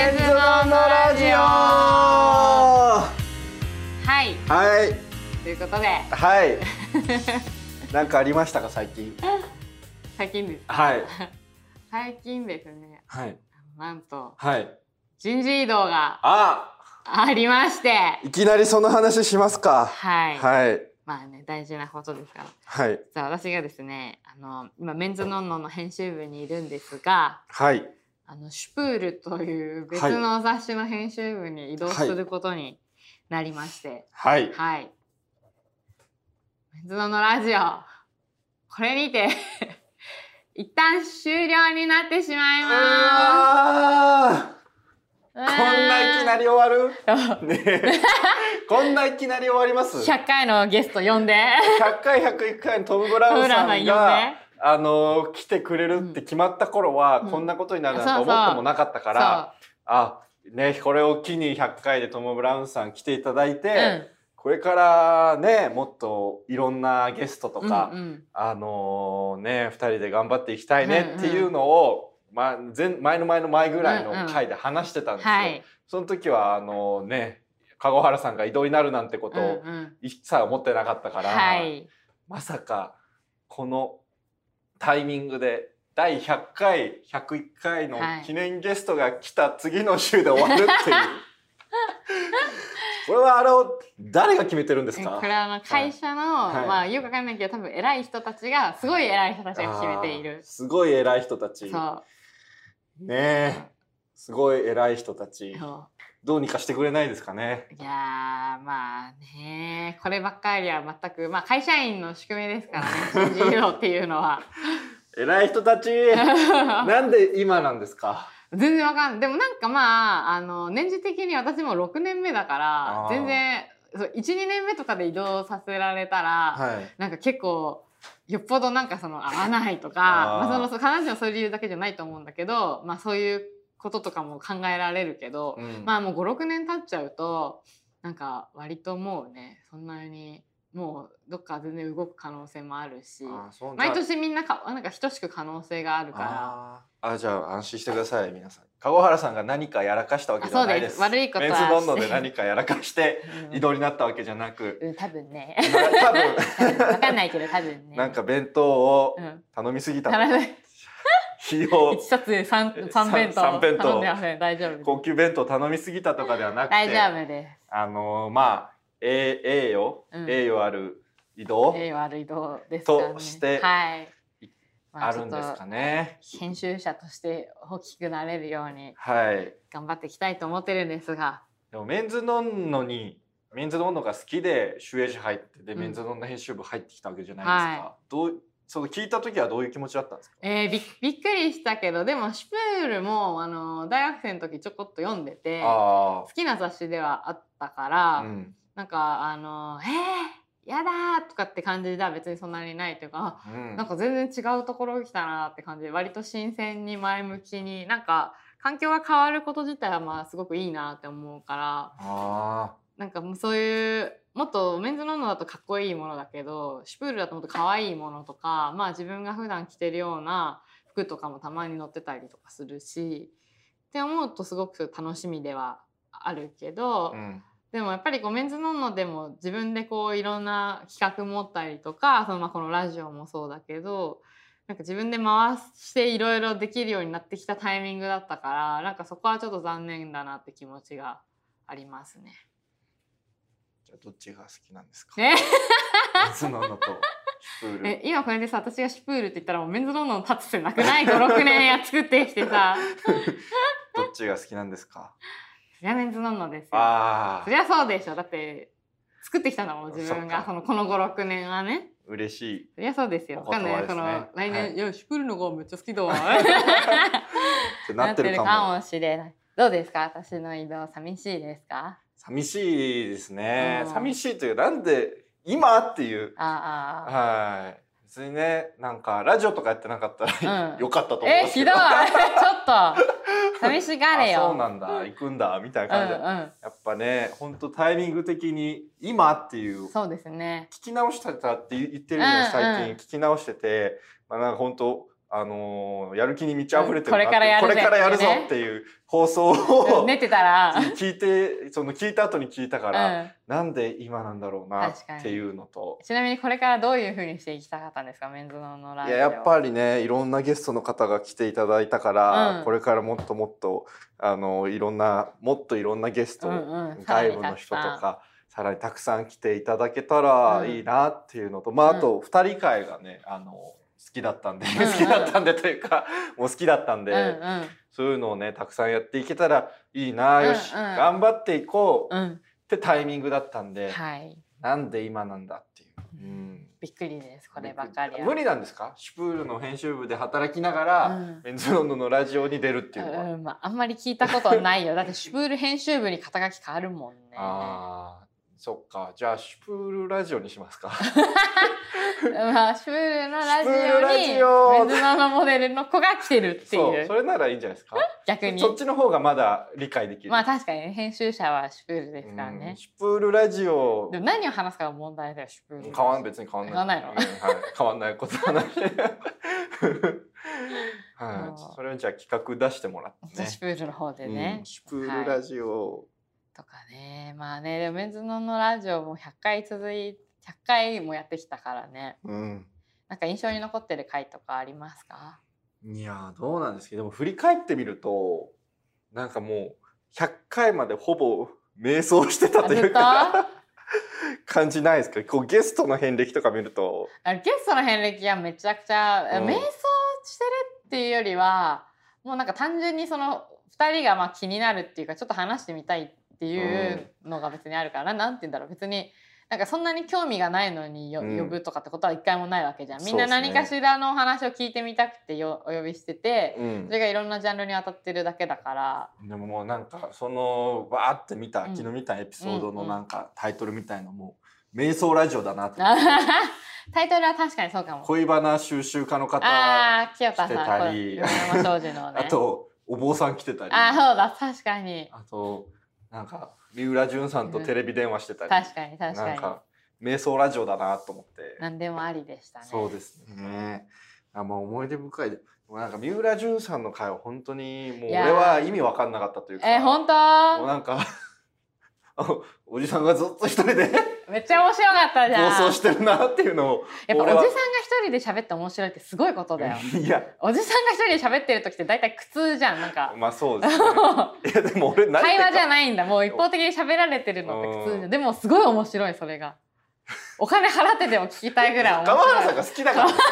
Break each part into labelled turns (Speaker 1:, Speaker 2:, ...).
Speaker 1: んのラジオ
Speaker 2: は
Speaker 1: はい
Speaker 2: い
Speaker 1: ということで
Speaker 2: はいなんかありましたか最近
Speaker 1: 最近です
Speaker 2: はい
Speaker 1: 最近ですね
Speaker 2: はい
Speaker 1: なんと
Speaker 2: はい
Speaker 1: 人事異動が
Speaker 2: あ
Speaker 1: ありまして
Speaker 2: いきなりその話しますか
Speaker 1: はい、
Speaker 2: はい
Speaker 1: まあね大事なことですから
Speaker 2: はい
Speaker 1: 実は私がですねあの今メンズノンノの編集部にいるんですが
Speaker 2: はい
Speaker 1: あのシュプールという別
Speaker 2: はい
Speaker 1: の雑誌の編集部に移動することになりまして、
Speaker 2: はい
Speaker 1: はい。メンズノのラジオ、これにて、 一旦終了になってしまいま
Speaker 2: あ
Speaker 1: す。こん
Speaker 2: ーこんないきなり終わ
Speaker 1: な
Speaker 2: る ねえこんないきなり終わります100
Speaker 1: 100回のゲスト呼んで、
Speaker 2: 回101回のトム・ブラウン
Speaker 1: ウラ
Speaker 2: さ
Speaker 1: さん呼
Speaker 2: ん
Speaker 1: ん
Speaker 2: が
Speaker 1: で。
Speaker 2: あのー来てくれるって決まった頃は、
Speaker 1: うん
Speaker 2: こんなことになる
Speaker 1: そう
Speaker 2: な
Speaker 1: そう
Speaker 2: んて思ってもなかった
Speaker 1: そ
Speaker 2: か
Speaker 1: う
Speaker 2: ら、あねこれを機に100回でトム・ブラウンさん来ていただいて、これからねもっといろんなゲストと
Speaker 1: うん
Speaker 2: か、
Speaker 1: うんうん
Speaker 2: あのーね2人で頑張っていきたいね
Speaker 1: うんうん
Speaker 2: っていうのを、ま、前前の前の前ぐらいの回で話してたんですよ。
Speaker 1: はい。
Speaker 2: その時はあのーね籠原さんが異動になるなんてことを
Speaker 1: うんうん
Speaker 2: 一切思ってなかったから、
Speaker 1: はい。
Speaker 2: まさかこのタイミングで第100回101回の
Speaker 1: はい
Speaker 2: 記念ゲストが来た次の週で終わ るっていうこれはあれを誰が決めてるんですか
Speaker 1: これはあの会社の、
Speaker 2: はい
Speaker 1: まあよくわかんないけど多分偉い人たちがすごい偉い人たちが決めてい
Speaker 2: あー
Speaker 1: る。
Speaker 2: すごい偉い人たち
Speaker 1: そ
Speaker 2: ねえすごい偉い人た
Speaker 1: う。
Speaker 2: ち
Speaker 1: そう
Speaker 2: どうにかしてくれないです かね
Speaker 1: いやーまあねこればっかりは全くまあ会社員の宿命ですからね新人誘導っていうの は
Speaker 2: 偉い人たちなんで今なんですか
Speaker 1: 全然わかんないでもなんかまああの年次的に私も6年目だから
Speaker 2: あー
Speaker 1: 全然12年目とかで移動させられたら、
Speaker 2: はい
Speaker 1: なんか結構よっぽどなんかその合わないとか
Speaker 2: あー
Speaker 1: まあ、そのそう必ずしもそういう理由だけじゃないと思うんだけど、まあ、そういうこととかも考えられるけど、
Speaker 2: うん
Speaker 1: まあもう56年経っちゃうとなんか割ともうねそんなにもうどっか全然動く可能性もあるし
Speaker 2: あーそう
Speaker 1: 毎年みんなかなんか等しく可能性があるから
Speaker 2: あーあじゃあ安心してください皆さん籠原さんが何かやらかしたわけじゃないです
Speaker 1: あそうです悪いことは
Speaker 2: メンズどんどんで何かやらかして
Speaker 1: うん
Speaker 2: 移動になったわけじゃなく
Speaker 1: うん多分ね
Speaker 2: な多
Speaker 1: わかん
Speaker 2: 分
Speaker 1: ないけど多分ね
Speaker 2: なんか弁当を
Speaker 1: うん
Speaker 2: 頼みすぎた
Speaker 1: 足らない
Speaker 2: 費
Speaker 1: 一
Speaker 2: 用
Speaker 1: 冊で三三弁当
Speaker 2: 三弁当
Speaker 1: 頼んでません大丈夫です
Speaker 2: 高級弁当頼みすぎたとかではなく
Speaker 1: 大
Speaker 2: て
Speaker 1: 丈夫です
Speaker 2: あのーまあえ栄養
Speaker 1: うん
Speaker 2: 栄養ある移動
Speaker 1: ええ悪いどうですかね
Speaker 2: として
Speaker 1: はいま
Speaker 2: あるんです
Speaker 1: ちょ
Speaker 2: か
Speaker 1: っ
Speaker 2: ね
Speaker 1: と編集者として大きくなれるように
Speaker 2: はい
Speaker 1: 頑張っていきたいと思ってるんですが
Speaker 2: でもメンズノンノにメンズノンノが好きで集英社入ってで、
Speaker 1: うん
Speaker 2: メンズノンノ編集部入ってきたわけじゃないですか、
Speaker 1: は
Speaker 2: どうその聞いた時はどういう気持ちだったんですか
Speaker 1: えー、びっびっくりしたけどでも「シュプールも」あの大学生の時ちょこっと読んでて好
Speaker 2: あ
Speaker 1: きな雑誌ではあったから、
Speaker 2: あ、うん
Speaker 1: なんかあの「えー、やだ!」とかって感じでは別にそんなにないというか、あ
Speaker 2: うん
Speaker 1: なんか全然違うところ来たなって感じで割と新鮮に前向きになんか環境が変わること自体はまあすごくいいなって思うから
Speaker 2: あ
Speaker 1: なんかもうそういうもっとメンズノンノだとかっこいいものだけどシュプールだともっと可愛いものとかまあ自分が普段着てるような服とかもたまに載ってたりとかするしって思うとすごく楽しみではあるけど、
Speaker 2: ー、うん、
Speaker 1: でもやっぱりこうメンズノンノでも自分でこういろんな企画持ったりとかそのまあこのラジオもそうだけどなんか自分で回していろいろできるようになってきたタイミングだったからなんかそこはちょっと残念だなって気持ちがありますね。
Speaker 2: じゃあどっちが好きなんですかメ
Speaker 1: ね
Speaker 2: ンズノンノとシュプー
Speaker 1: え
Speaker 2: ル
Speaker 1: 今これでさ私がシュプールって言ったらもうメンズどんどん立つ瀬なくない56年や作ってきて さ
Speaker 2: どっちが好きなんですか
Speaker 1: そりゃメンズどんどんですよ
Speaker 2: あ
Speaker 1: そ
Speaker 2: あ
Speaker 1: りゃそうでしょだって作ってきたんだもん自分
Speaker 2: そ
Speaker 1: が
Speaker 2: っか
Speaker 1: そのこの56年はね
Speaker 2: 嬉しい
Speaker 1: そりゃそうですよ
Speaker 2: お言葉
Speaker 1: わか
Speaker 2: です
Speaker 1: ん
Speaker 2: ね
Speaker 1: ないこの来年、
Speaker 2: はい
Speaker 1: い、やシュプールの子めっちゃ好き だわ
Speaker 2: ってなってるかも
Speaker 1: もしれないどうですか私の移動寂しいですか
Speaker 2: 寂しいですね、
Speaker 1: うん
Speaker 2: 寂しいというかなんで今っていう
Speaker 1: ああ
Speaker 2: はい別にねなんかラジオとかやってなかったら、
Speaker 1: うん
Speaker 2: よかったと思い
Speaker 1: え
Speaker 2: ますけ
Speaker 1: ひ
Speaker 2: ど
Speaker 1: どい ちょっと寂しがれよ
Speaker 2: あそうなんだ行くんだみたいな感じで、
Speaker 1: うんうん
Speaker 2: やっぱねほんとタイミング的に今っていう
Speaker 1: そうですね
Speaker 2: 聞き直してたって言ってるのよ
Speaker 1: うんうん
Speaker 2: 最近聞き直してて、まあなんかほんとあのーやる気に満ち溢れてるな
Speaker 1: こ
Speaker 2: って
Speaker 1: れからやるぜ
Speaker 2: これからやるぞ
Speaker 1: っていうね
Speaker 2: っていう放送
Speaker 1: う
Speaker 2: を、
Speaker 1: ん寝てたら、
Speaker 2: 聞いてその聞いた後に聞いたから、
Speaker 1: うん
Speaker 2: なんで今なんだろうなっ
Speaker 1: 確かに
Speaker 2: ていうのと。
Speaker 1: ちなみにこれからどういうふうにしていきたかったんですかメンズノンのラ
Speaker 2: い
Speaker 1: ジオ
Speaker 2: ややっぱりねいろんなゲストの方が来ていただいたから、
Speaker 1: うん
Speaker 2: これからもっともっとあのいろんなもっといろんなゲスト、
Speaker 1: うんうん
Speaker 2: 外部の人とかさらにたくさん来ていただけたら
Speaker 1: うん
Speaker 2: いいなっていうのと、まああ
Speaker 1: うん
Speaker 2: と2人会がねあの好きだったんで、
Speaker 1: んうん
Speaker 2: 好きだったんでというかもう好きだったんで、
Speaker 1: うん
Speaker 2: そういうのをねたくさんやっていけたらいいな、よし
Speaker 1: うんうん
Speaker 2: 頑張っていこう
Speaker 1: うんうん
Speaker 2: ってタイミングだったんで、
Speaker 1: はい
Speaker 2: なんで今なんだっていう。
Speaker 1: う
Speaker 2: うん
Speaker 1: びっくりですこればかりは
Speaker 2: 無理なんですかシュプールの編集部で働きなが
Speaker 1: う
Speaker 2: ら、
Speaker 1: ん
Speaker 2: メンズロンドンのラジオに出るっていうのは、
Speaker 1: うんまあ、あんまり聞いたことはないよだってシュプール編集部に肩書き変わるもんね
Speaker 2: ああそっかじゃあシュプールラジオにし ますか
Speaker 1: まあ、シュプールのラジ
Speaker 2: シュプールラジ
Speaker 1: オ
Speaker 2: オ
Speaker 1: にメンズノンのモデルの子が来てるって
Speaker 2: そ
Speaker 1: いうう
Speaker 2: それならいいんじゃないですか
Speaker 1: 逆に
Speaker 2: そっちの方がまだ理解できる、
Speaker 1: まあ確かにね編集者はシュプールですから
Speaker 2: う
Speaker 1: ね
Speaker 2: んシュプールラジオ
Speaker 1: でも何を話すかが問題だよシュプール
Speaker 2: 変わん別に変わんない
Speaker 1: 変わん
Speaker 2: うんはい、変わんないこと はない
Speaker 1: う
Speaker 2: は
Speaker 1: ん
Speaker 2: い、それをじゃあ企画出してもらってね
Speaker 1: シュプールの方でね、
Speaker 2: うんシュプールラジオ、
Speaker 1: とかねまあねでもメンズノンのラジオも100回続い100回もやってきたからね
Speaker 2: うん
Speaker 1: なんか印象に残ってる回とかありますか
Speaker 2: いやーどうなんですけどでも振り返ってみるとなんかもう100回までほぼ迷走してたという
Speaker 1: あずっ
Speaker 2: か感じないですかこうゲストの遍歴とか見ると
Speaker 1: あのゲストの遍歴はめちゃくちゃ、
Speaker 2: うん
Speaker 1: 瞑想してるっていうよりはもうなんか単純にその2人がまあ気になるっていうかちょっと話してみたいっていうのが別にあるから、なんて言うんだろう別になんかそんなに興味がないのによ、
Speaker 2: うん
Speaker 1: 呼ぶとかってことは一回もないわけじゃんみんな
Speaker 2: そうです
Speaker 1: 何
Speaker 2: ね
Speaker 1: かしらのお話を聞いてみたくてよお呼びしてて、
Speaker 2: うん
Speaker 1: それがいろんなジャンルに当たってるだけだから、
Speaker 2: でももうなんかそのわーって見た
Speaker 1: うん
Speaker 2: 昨日見たエピソード
Speaker 1: うんう
Speaker 2: の
Speaker 1: ん
Speaker 2: なんかタイトルみたいのも「瞑想ラジオ」だなって
Speaker 1: タイトルは確かにそうかも。
Speaker 2: 恋バナ収集家の方あ
Speaker 1: ああ、清田さん、
Speaker 2: して
Speaker 1: こ
Speaker 2: た
Speaker 1: れ
Speaker 2: り
Speaker 1: 米山庄司のね。
Speaker 2: とお坊さん来てたり
Speaker 1: あー
Speaker 2: あ
Speaker 1: そうだ、確かに。
Speaker 2: となんか三浦淳さんとテレビ電話してたり
Speaker 1: 確かに、確か
Speaker 2: なん
Speaker 1: に。
Speaker 2: か瞑想ラジオだなと思って。
Speaker 1: 何でもありでしたね。
Speaker 2: そうですね。あまあ思い出深いで。でもなんか三浦淳さんの会は本当にも
Speaker 1: い
Speaker 2: う俺
Speaker 1: やー
Speaker 2: は意味わかんなかったというか。
Speaker 1: えー、本
Speaker 2: もう
Speaker 1: 当
Speaker 2: なんか おおじさんがずっと一人で
Speaker 1: めっちゃ面白かったじゃん。
Speaker 2: 暴走してるなっていうのを。
Speaker 1: やっぱお
Speaker 2: 俺
Speaker 1: じさん
Speaker 2: は
Speaker 1: が一人で喋って面白いってすごいことだよ。
Speaker 2: いや
Speaker 1: おじさんが一人で喋ってる時って大体苦痛じゃん、なんか。
Speaker 2: まあそうですね。 いやでも俺何
Speaker 1: 会話じゃ
Speaker 2: ん。
Speaker 1: ないんだ。もう一方的に喋られてるのって苦痛じゃん。でもすごい面白い、それが。お金払ってでも聞きたいぐらい面
Speaker 2: 川
Speaker 1: 白い
Speaker 2: 原さん。が好きだからですよ。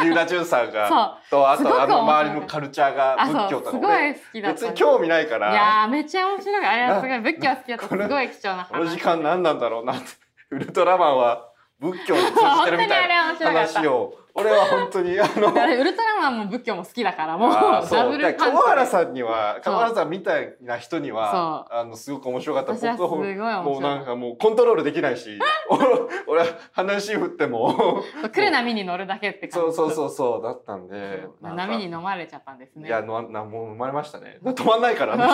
Speaker 2: 三浦淳さんが。
Speaker 1: そう。
Speaker 2: とあ
Speaker 1: すごく
Speaker 2: とあの
Speaker 1: 面白い
Speaker 2: 周りのカルチャーが
Speaker 1: あ、
Speaker 2: 仏
Speaker 1: そ
Speaker 2: 教
Speaker 1: う、
Speaker 2: と
Speaker 1: す
Speaker 2: か
Speaker 1: ご
Speaker 2: 俺
Speaker 1: い好きだった。
Speaker 2: 別に興味ないか
Speaker 1: い
Speaker 2: ら。
Speaker 1: やー、めっちゃ面白い。あれはすごい。仏教好きだった。す
Speaker 2: これ
Speaker 1: ごい貴重な話。
Speaker 2: この時間何なんだろうなってウルトラマンは仏教に通じてるみたいな
Speaker 1: 本当にあれ面白かった
Speaker 2: 話を俺は本当にあの
Speaker 1: だからウルトラマン も仏教も好きだから、もう
Speaker 2: あー
Speaker 1: ダ
Speaker 2: そ
Speaker 1: ブ
Speaker 2: うだ
Speaker 1: ル
Speaker 2: か
Speaker 1: パン
Speaker 2: ら
Speaker 1: チ。
Speaker 2: 川原さんには川原さんみたいな人にはあのすごく面白かった
Speaker 1: 私はすごい面
Speaker 2: 僕は
Speaker 1: 白
Speaker 2: もうなん
Speaker 1: い。
Speaker 2: かもうコントロールできないし 俺俺は話振っ ても
Speaker 1: 来る波に乗るだけって
Speaker 2: そ
Speaker 1: 感
Speaker 2: う
Speaker 1: じ。
Speaker 2: そうそうそうだったんで
Speaker 1: そう
Speaker 2: なんか
Speaker 1: 波に飲まれちゃったんですね。
Speaker 2: いやのなもう生まれましたね 止まんないからね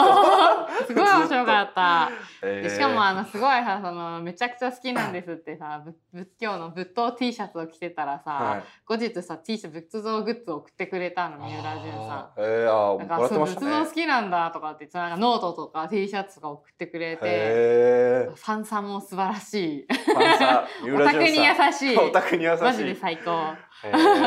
Speaker 1: すごい面白かった。
Speaker 2: え
Speaker 1: で
Speaker 2: ー
Speaker 1: しかもあのすごいさそのめちゃくちゃ好きなんですってさぶ仏教の仏塔 T シャツを着てたらさ、
Speaker 2: はい
Speaker 1: 後日さ T シャツ仏像グッズを送ってくれたの三浦淳さん
Speaker 2: あーえーあー
Speaker 1: なん
Speaker 2: もら
Speaker 1: か
Speaker 2: っ
Speaker 1: そ
Speaker 2: て
Speaker 1: う
Speaker 2: ました
Speaker 1: 仏
Speaker 2: ね
Speaker 1: 像好きなんだとかって言ってなんかノートとか T シャツとか送ってくれて
Speaker 2: へー
Speaker 1: ファンさんも素晴らしい
Speaker 2: パンサー三
Speaker 1: お
Speaker 2: 浦
Speaker 1: 宅
Speaker 2: 淳
Speaker 1: に優
Speaker 2: さん
Speaker 1: しい
Speaker 2: お宅に優しい
Speaker 1: マジで最高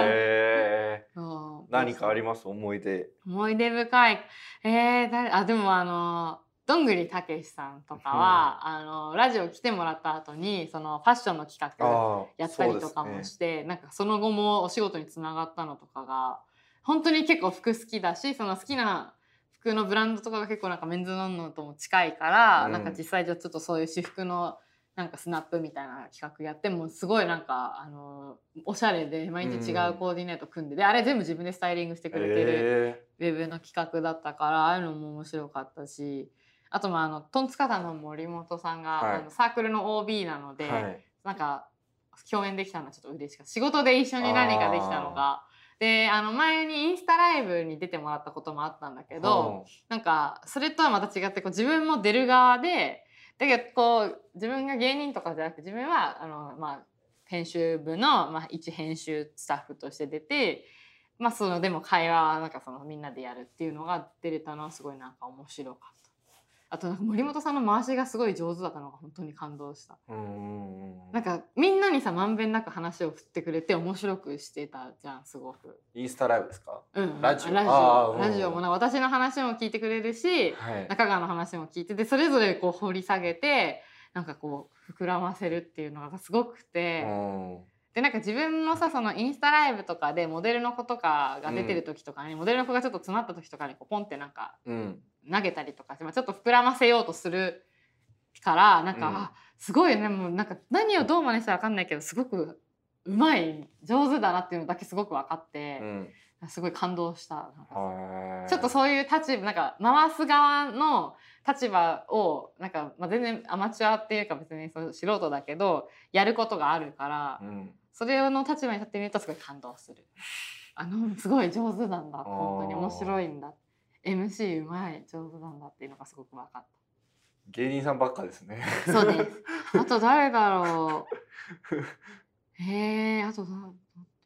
Speaker 2: へ
Speaker 1: うん
Speaker 2: ー何かあります思い出
Speaker 1: 思い出深いえー、誰あでもあのどんぐりたけしさんとかは、あのラジオ来てもらった後にそのファッションの企画
Speaker 2: あー
Speaker 1: やったりとか
Speaker 2: そう
Speaker 1: も
Speaker 2: ですね
Speaker 1: して、なんかその後もお仕事につながったのとかが本当に結構服好きだしその好きな服のブランドとかが結構なんかメンズノンノとも近いから、
Speaker 2: うん
Speaker 1: なんか実際じゃあちょっとそういう私服のなんかスナップみたいな企画やってもすごいなんかあのおしゃれで毎日違うコーディネート組んで,、であれ全部自分でスタイリングしてくれてる。
Speaker 2: へ
Speaker 1: ウェブの企画だったからああいうのも面白かったしあとまああのトンツカタンの森本さんが、
Speaker 2: はい
Speaker 1: あのサークルの OB なので、
Speaker 2: ーはい
Speaker 1: なんか共演できたのはちょっと嬉しかった仕事で一緒に何かできたのが。であの前にインスタライブに出てもらったこともあったんだけど、なんかそれとはまた違ってこう自分も出る側でだけどこう自分が芸人とかじゃなくて自分はあの、まあ、編集部の、まあ、一編集スタッフとして出てまあそのでも会話はなんかそのみんなでやるっていうのが出れたのはすごいなんか面白かった。あとなんか森本さんの回しがすごい上手だったのが本当に感動した。
Speaker 2: うんうんう
Speaker 1: なん
Speaker 2: ん。
Speaker 1: かみんなにさまんべんなく話を振ってくれて面白くしてたじゃんすごく。
Speaker 2: インスタライブですか。
Speaker 1: うん、
Speaker 2: ラジオ
Speaker 1: ラジ
Speaker 2: あー
Speaker 1: オ
Speaker 2: うん
Speaker 1: ラジオもなんか私の話も聞いてくれるし
Speaker 2: はい。
Speaker 1: 中川の話も聞いててそれぞれこう掘り下げてなんかこう膨らませるっていうのがすごくて、
Speaker 2: うん
Speaker 1: でなんか自分のさそのインスタライブとかでモデルの子とかが出てる時とかに、モデルの子がちょっと詰まった時とかにこうポンってなんか
Speaker 2: うん。
Speaker 1: 投げたりとかして、まあ、ちょっと膨らませようとするからなんか、
Speaker 2: うん
Speaker 1: あすごいねもうなんか何をどう真似したら分かんないけどすごくうまい上手だなっていうのだけすごく分かって
Speaker 2: う、ん。
Speaker 1: すごい感動した。なんか
Speaker 2: はい。
Speaker 1: ちょっとそういう立場なんか回す側の立場をなんか、まあ、全然アマチュアっていうか別にその素人だけどやることがあるから、
Speaker 2: うん。
Speaker 1: それの立場に立ってみるとすごい感動する。あのすごい上手なんだ
Speaker 2: ー
Speaker 1: 本当に面白いんだ MC うまい上手なんだっていうのがすごく分かっ
Speaker 2: 芸人さんばっかですね。
Speaker 1: た。そうです。あと誰だろう。へえあとど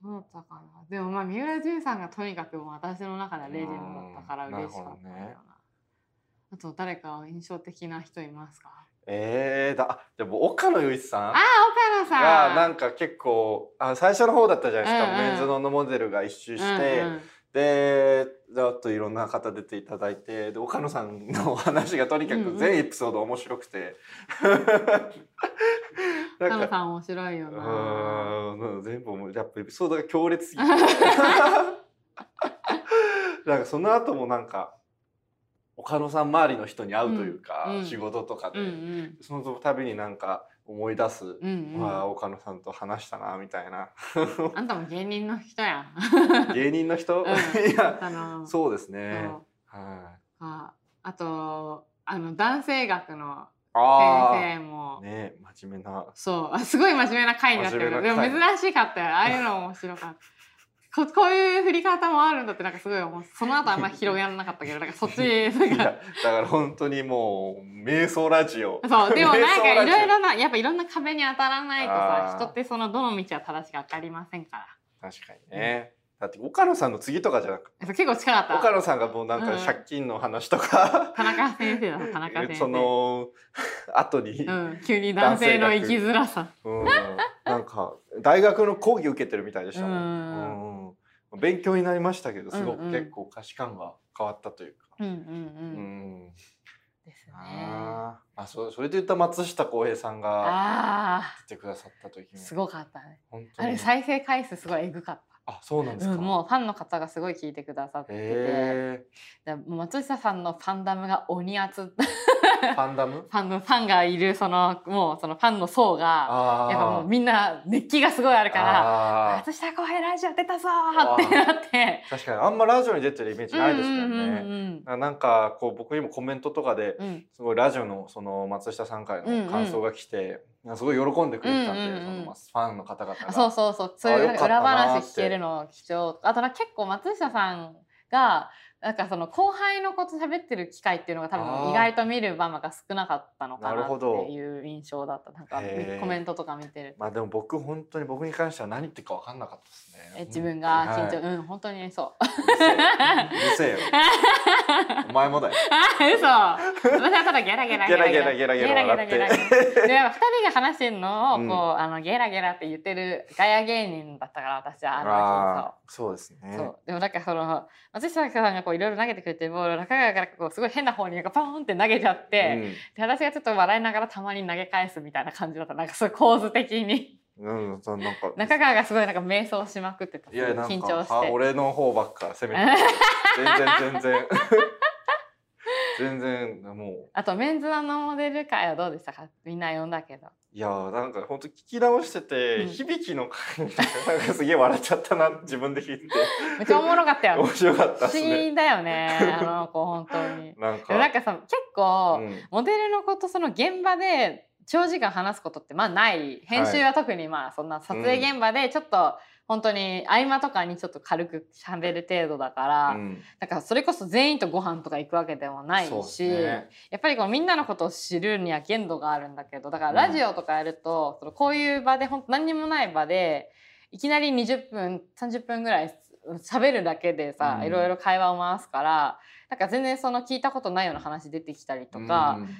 Speaker 1: どうだったかな。でもまあ三浦淳さんがとにかくもう私の中ではレジェンドだったから
Speaker 2: うん
Speaker 1: 嬉しかったよう
Speaker 2: な
Speaker 1: な。
Speaker 2: るほどね
Speaker 1: あと誰か印象的な人いますか。
Speaker 2: ええだ、あでも岡野由一さん。
Speaker 1: あ岡野さ
Speaker 2: が
Speaker 1: ん。
Speaker 2: なんか結構あ最初の方だったじゃないですか、
Speaker 1: うんうん
Speaker 2: メンズノンのモデルが一周して、
Speaker 1: うんうん
Speaker 2: でざっといろんな方出ていただいてで岡野さんのお話がとにか
Speaker 1: うんう
Speaker 2: く
Speaker 1: ん
Speaker 2: 全エピソード面白くて、
Speaker 1: 岡
Speaker 2: なん
Speaker 1: 野
Speaker 2: か
Speaker 1: さん面白いよ
Speaker 2: う
Speaker 1: な。
Speaker 2: ーん全部もやっぱエピソードが強 烈すぎて なんかその後もなんか岡野さん周りの人に会うというか、
Speaker 1: うんうん
Speaker 2: 仕事とかで、
Speaker 1: うんうん
Speaker 2: その度になんか思い出す、
Speaker 1: うんうん。
Speaker 2: わあ岡野さんと話したなみた いな。
Speaker 1: あんたも芸人の人やん。
Speaker 2: 芸人の人、
Speaker 1: うん
Speaker 2: いや
Speaker 1: あの
Speaker 2: そうです
Speaker 1: う
Speaker 2: ねはい
Speaker 1: ああとあの男性学の
Speaker 2: あ
Speaker 1: 先生も、
Speaker 2: あね真面目な
Speaker 1: そうあすごい真面目な回になってる
Speaker 2: 真面
Speaker 1: で
Speaker 2: 目な
Speaker 1: も
Speaker 2: 回
Speaker 1: 珍しかったよああいうの面白かったここういう振り方もあるんだってなんかすごい思うその後あんま広がらなかったけどなんかそっちなん
Speaker 2: い
Speaker 1: か
Speaker 2: やだから本当にもう瞑想ラジオ
Speaker 1: そうでもなん
Speaker 2: 瞑
Speaker 1: か
Speaker 2: 想ラ
Speaker 1: い
Speaker 2: ジオ
Speaker 1: ろいろなやっぱいろんな壁に当たらないとさ
Speaker 2: あー
Speaker 1: 人ってそのどの道は正しく当たりませんから
Speaker 2: 確かにね、だって岡野さんの次とかじゃなく
Speaker 1: そう結構近かった
Speaker 2: 岡野さんがもうなん
Speaker 1: う
Speaker 2: か
Speaker 1: ん
Speaker 2: 借金の話とか、
Speaker 1: 田中先生だ田中先生
Speaker 2: その 後に、
Speaker 1: う
Speaker 2: うん
Speaker 1: ん、急に男性の生きづらさ
Speaker 2: なんか大学の講義受けてるみたいでしたも、
Speaker 1: うん
Speaker 2: うん勉強になりましたけどすごく
Speaker 1: うんうん
Speaker 2: 結構価値観が変わったというか、
Speaker 1: うんうんうん、
Speaker 2: うん
Speaker 1: ですね
Speaker 2: あーあそうそれで言った松下洸平さんが
Speaker 1: あ
Speaker 2: 来てくださった時
Speaker 1: ー
Speaker 2: も
Speaker 1: すごかったね
Speaker 2: 本当
Speaker 1: あ
Speaker 2: に
Speaker 1: れ再生回数すごいえぐかっ
Speaker 2: あそうなん
Speaker 1: た、
Speaker 2: ですか、
Speaker 1: うん、もうファンの方がすごい聞いてくださってて、
Speaker 2: へ
Speaker 1: でもう松下さんのファンダムが鬼厚
Speaker 2: えファン ダム
Speaker 1: ファンのファンがいるそのもうそのファンの層が
Speaker 2: あ
Speaker 1: や
Speaker 2: ー
Speaker 1: っぱもうみんな熱気がすごいあるから「
Speaker 2: あー
Speaker 1: 松下洸平ラジオ出たぞ!」ってなって
Speaker 2: 確かにあんまラジオに出てるイメージないですもんね、
Speaker 1: うんうん
Speaker 2: あなんかこう僕にもコメントとかで
Speaker 1: うんうん
Speaker 2: すごいラジオのその松下さんからの感想が来て、すごい喜んでくれてたんで、
Speaker 1: うんうんうん
Speaker 2: そのまあファンの方々
Speaker 1: あ
Speaker 2: が
Speaker 1: そうそうそうそういうなんか
Speaker 2: よか
Speaker 1: 裏
Speaker 2: ったなー
Speaker 1: 話聞けるの貴重あとなんか結構松下さんがなんかその後輩の子と喋ってる機会っていうのが多
Speaker 2: あ
Speaker 1: 分
Speaker 2: ー
Speaker 1: 意外と見る場面が少なかったのかな
Speaker 2: なるほど
Speaker 1: っていう印象だったなんか
Speaker 2: へー
Speaker 1: コメントとか見てる
Speaker 2: まあでも僕本当に僕に関しては何言ってるか分かんなかったですね
Speaker 1: え自分が緊張、
Speaker 2: はい
Speaker 1: うん本当にそう
Speaker 2: うるせえよお前もだよ
Speaker 1: あ嘘私はただゲラゲラ
Speaker 2: ゲラゲラゲラゲラ笑っ
Speaker 1: ゲ
Speaker 2: て
Speaker 1: ラゲラゲラゲラでやっぱ2人が話してるのをこう、
Speaker 2: うん
Speaker 1: あのゲラゲラって言ってるガヤ芸人だったから私 はあの日そう
Speaker 2: あーそうですね
Speaker 1: そうでもなんかその松下さんがこういろいろ投げてくれてるボールを中川からこうすごい変な方になんかパーンって投げちゃって、で私がちょっと笑いながらたまに投げ返すみたいな感じだったなんかそういう構図的に
Speaker 2: うん、うん、そうなんか
Speaker 1: 中川がすごいなんか瞑想しまくってた
Speaker 2: いやなんか
Speaker 1: 緊張して
Speaker 2: は俺の方ばっか攻めて全然全然 全然も
Speaker 1: あとメンズのモデル会はどうでしたかみんな呼んだけど
Speaker 2: ういやーなんか本当聞き直してて、
Speaker 1: うん
Speaker 2: 響きの回なんかすげえ笑っちゃったな自分で聞いて
Speaker 1: めっちゃおもろか ったよ
Speaker 2: 面
Speaker 1: ね
Speaker 2: 白かっ
Speaker 1: 不
Speaker 2: たで
Speaker 1: 思
Speaker 2: すね
Speaker 1: 議だよねあの子本当に
Speaker 2: なん か
Speaker 1: でもなんかさ結構、
Speaker 2: うん
Speaker 1: モデルの子とその現場で長時間話すことってまあない編集は特にまあそんな撮影現場でちょっと本当に合間とかにちょっと軽く喋る程度だから、
Speaker 2: うん
Speaker 1: だからそれこそ全員とご飯とか行くわけでもない
Speaker 2: そうで
Speaker 1: し、
Speaker 2: すね
Speaker 1: やっぱりこうみんなのことを知るには限度があるんだけどだからラジオとかやると、そのこういう場で本当何にもない場でいきなり20分30分ぐらい喋るだけでさ、
Speaker 2: うん
Speaker 1: いろいろ会話を回すからなんか全然その聞いたことないような話出てきたりとか、
Speaker 2: うん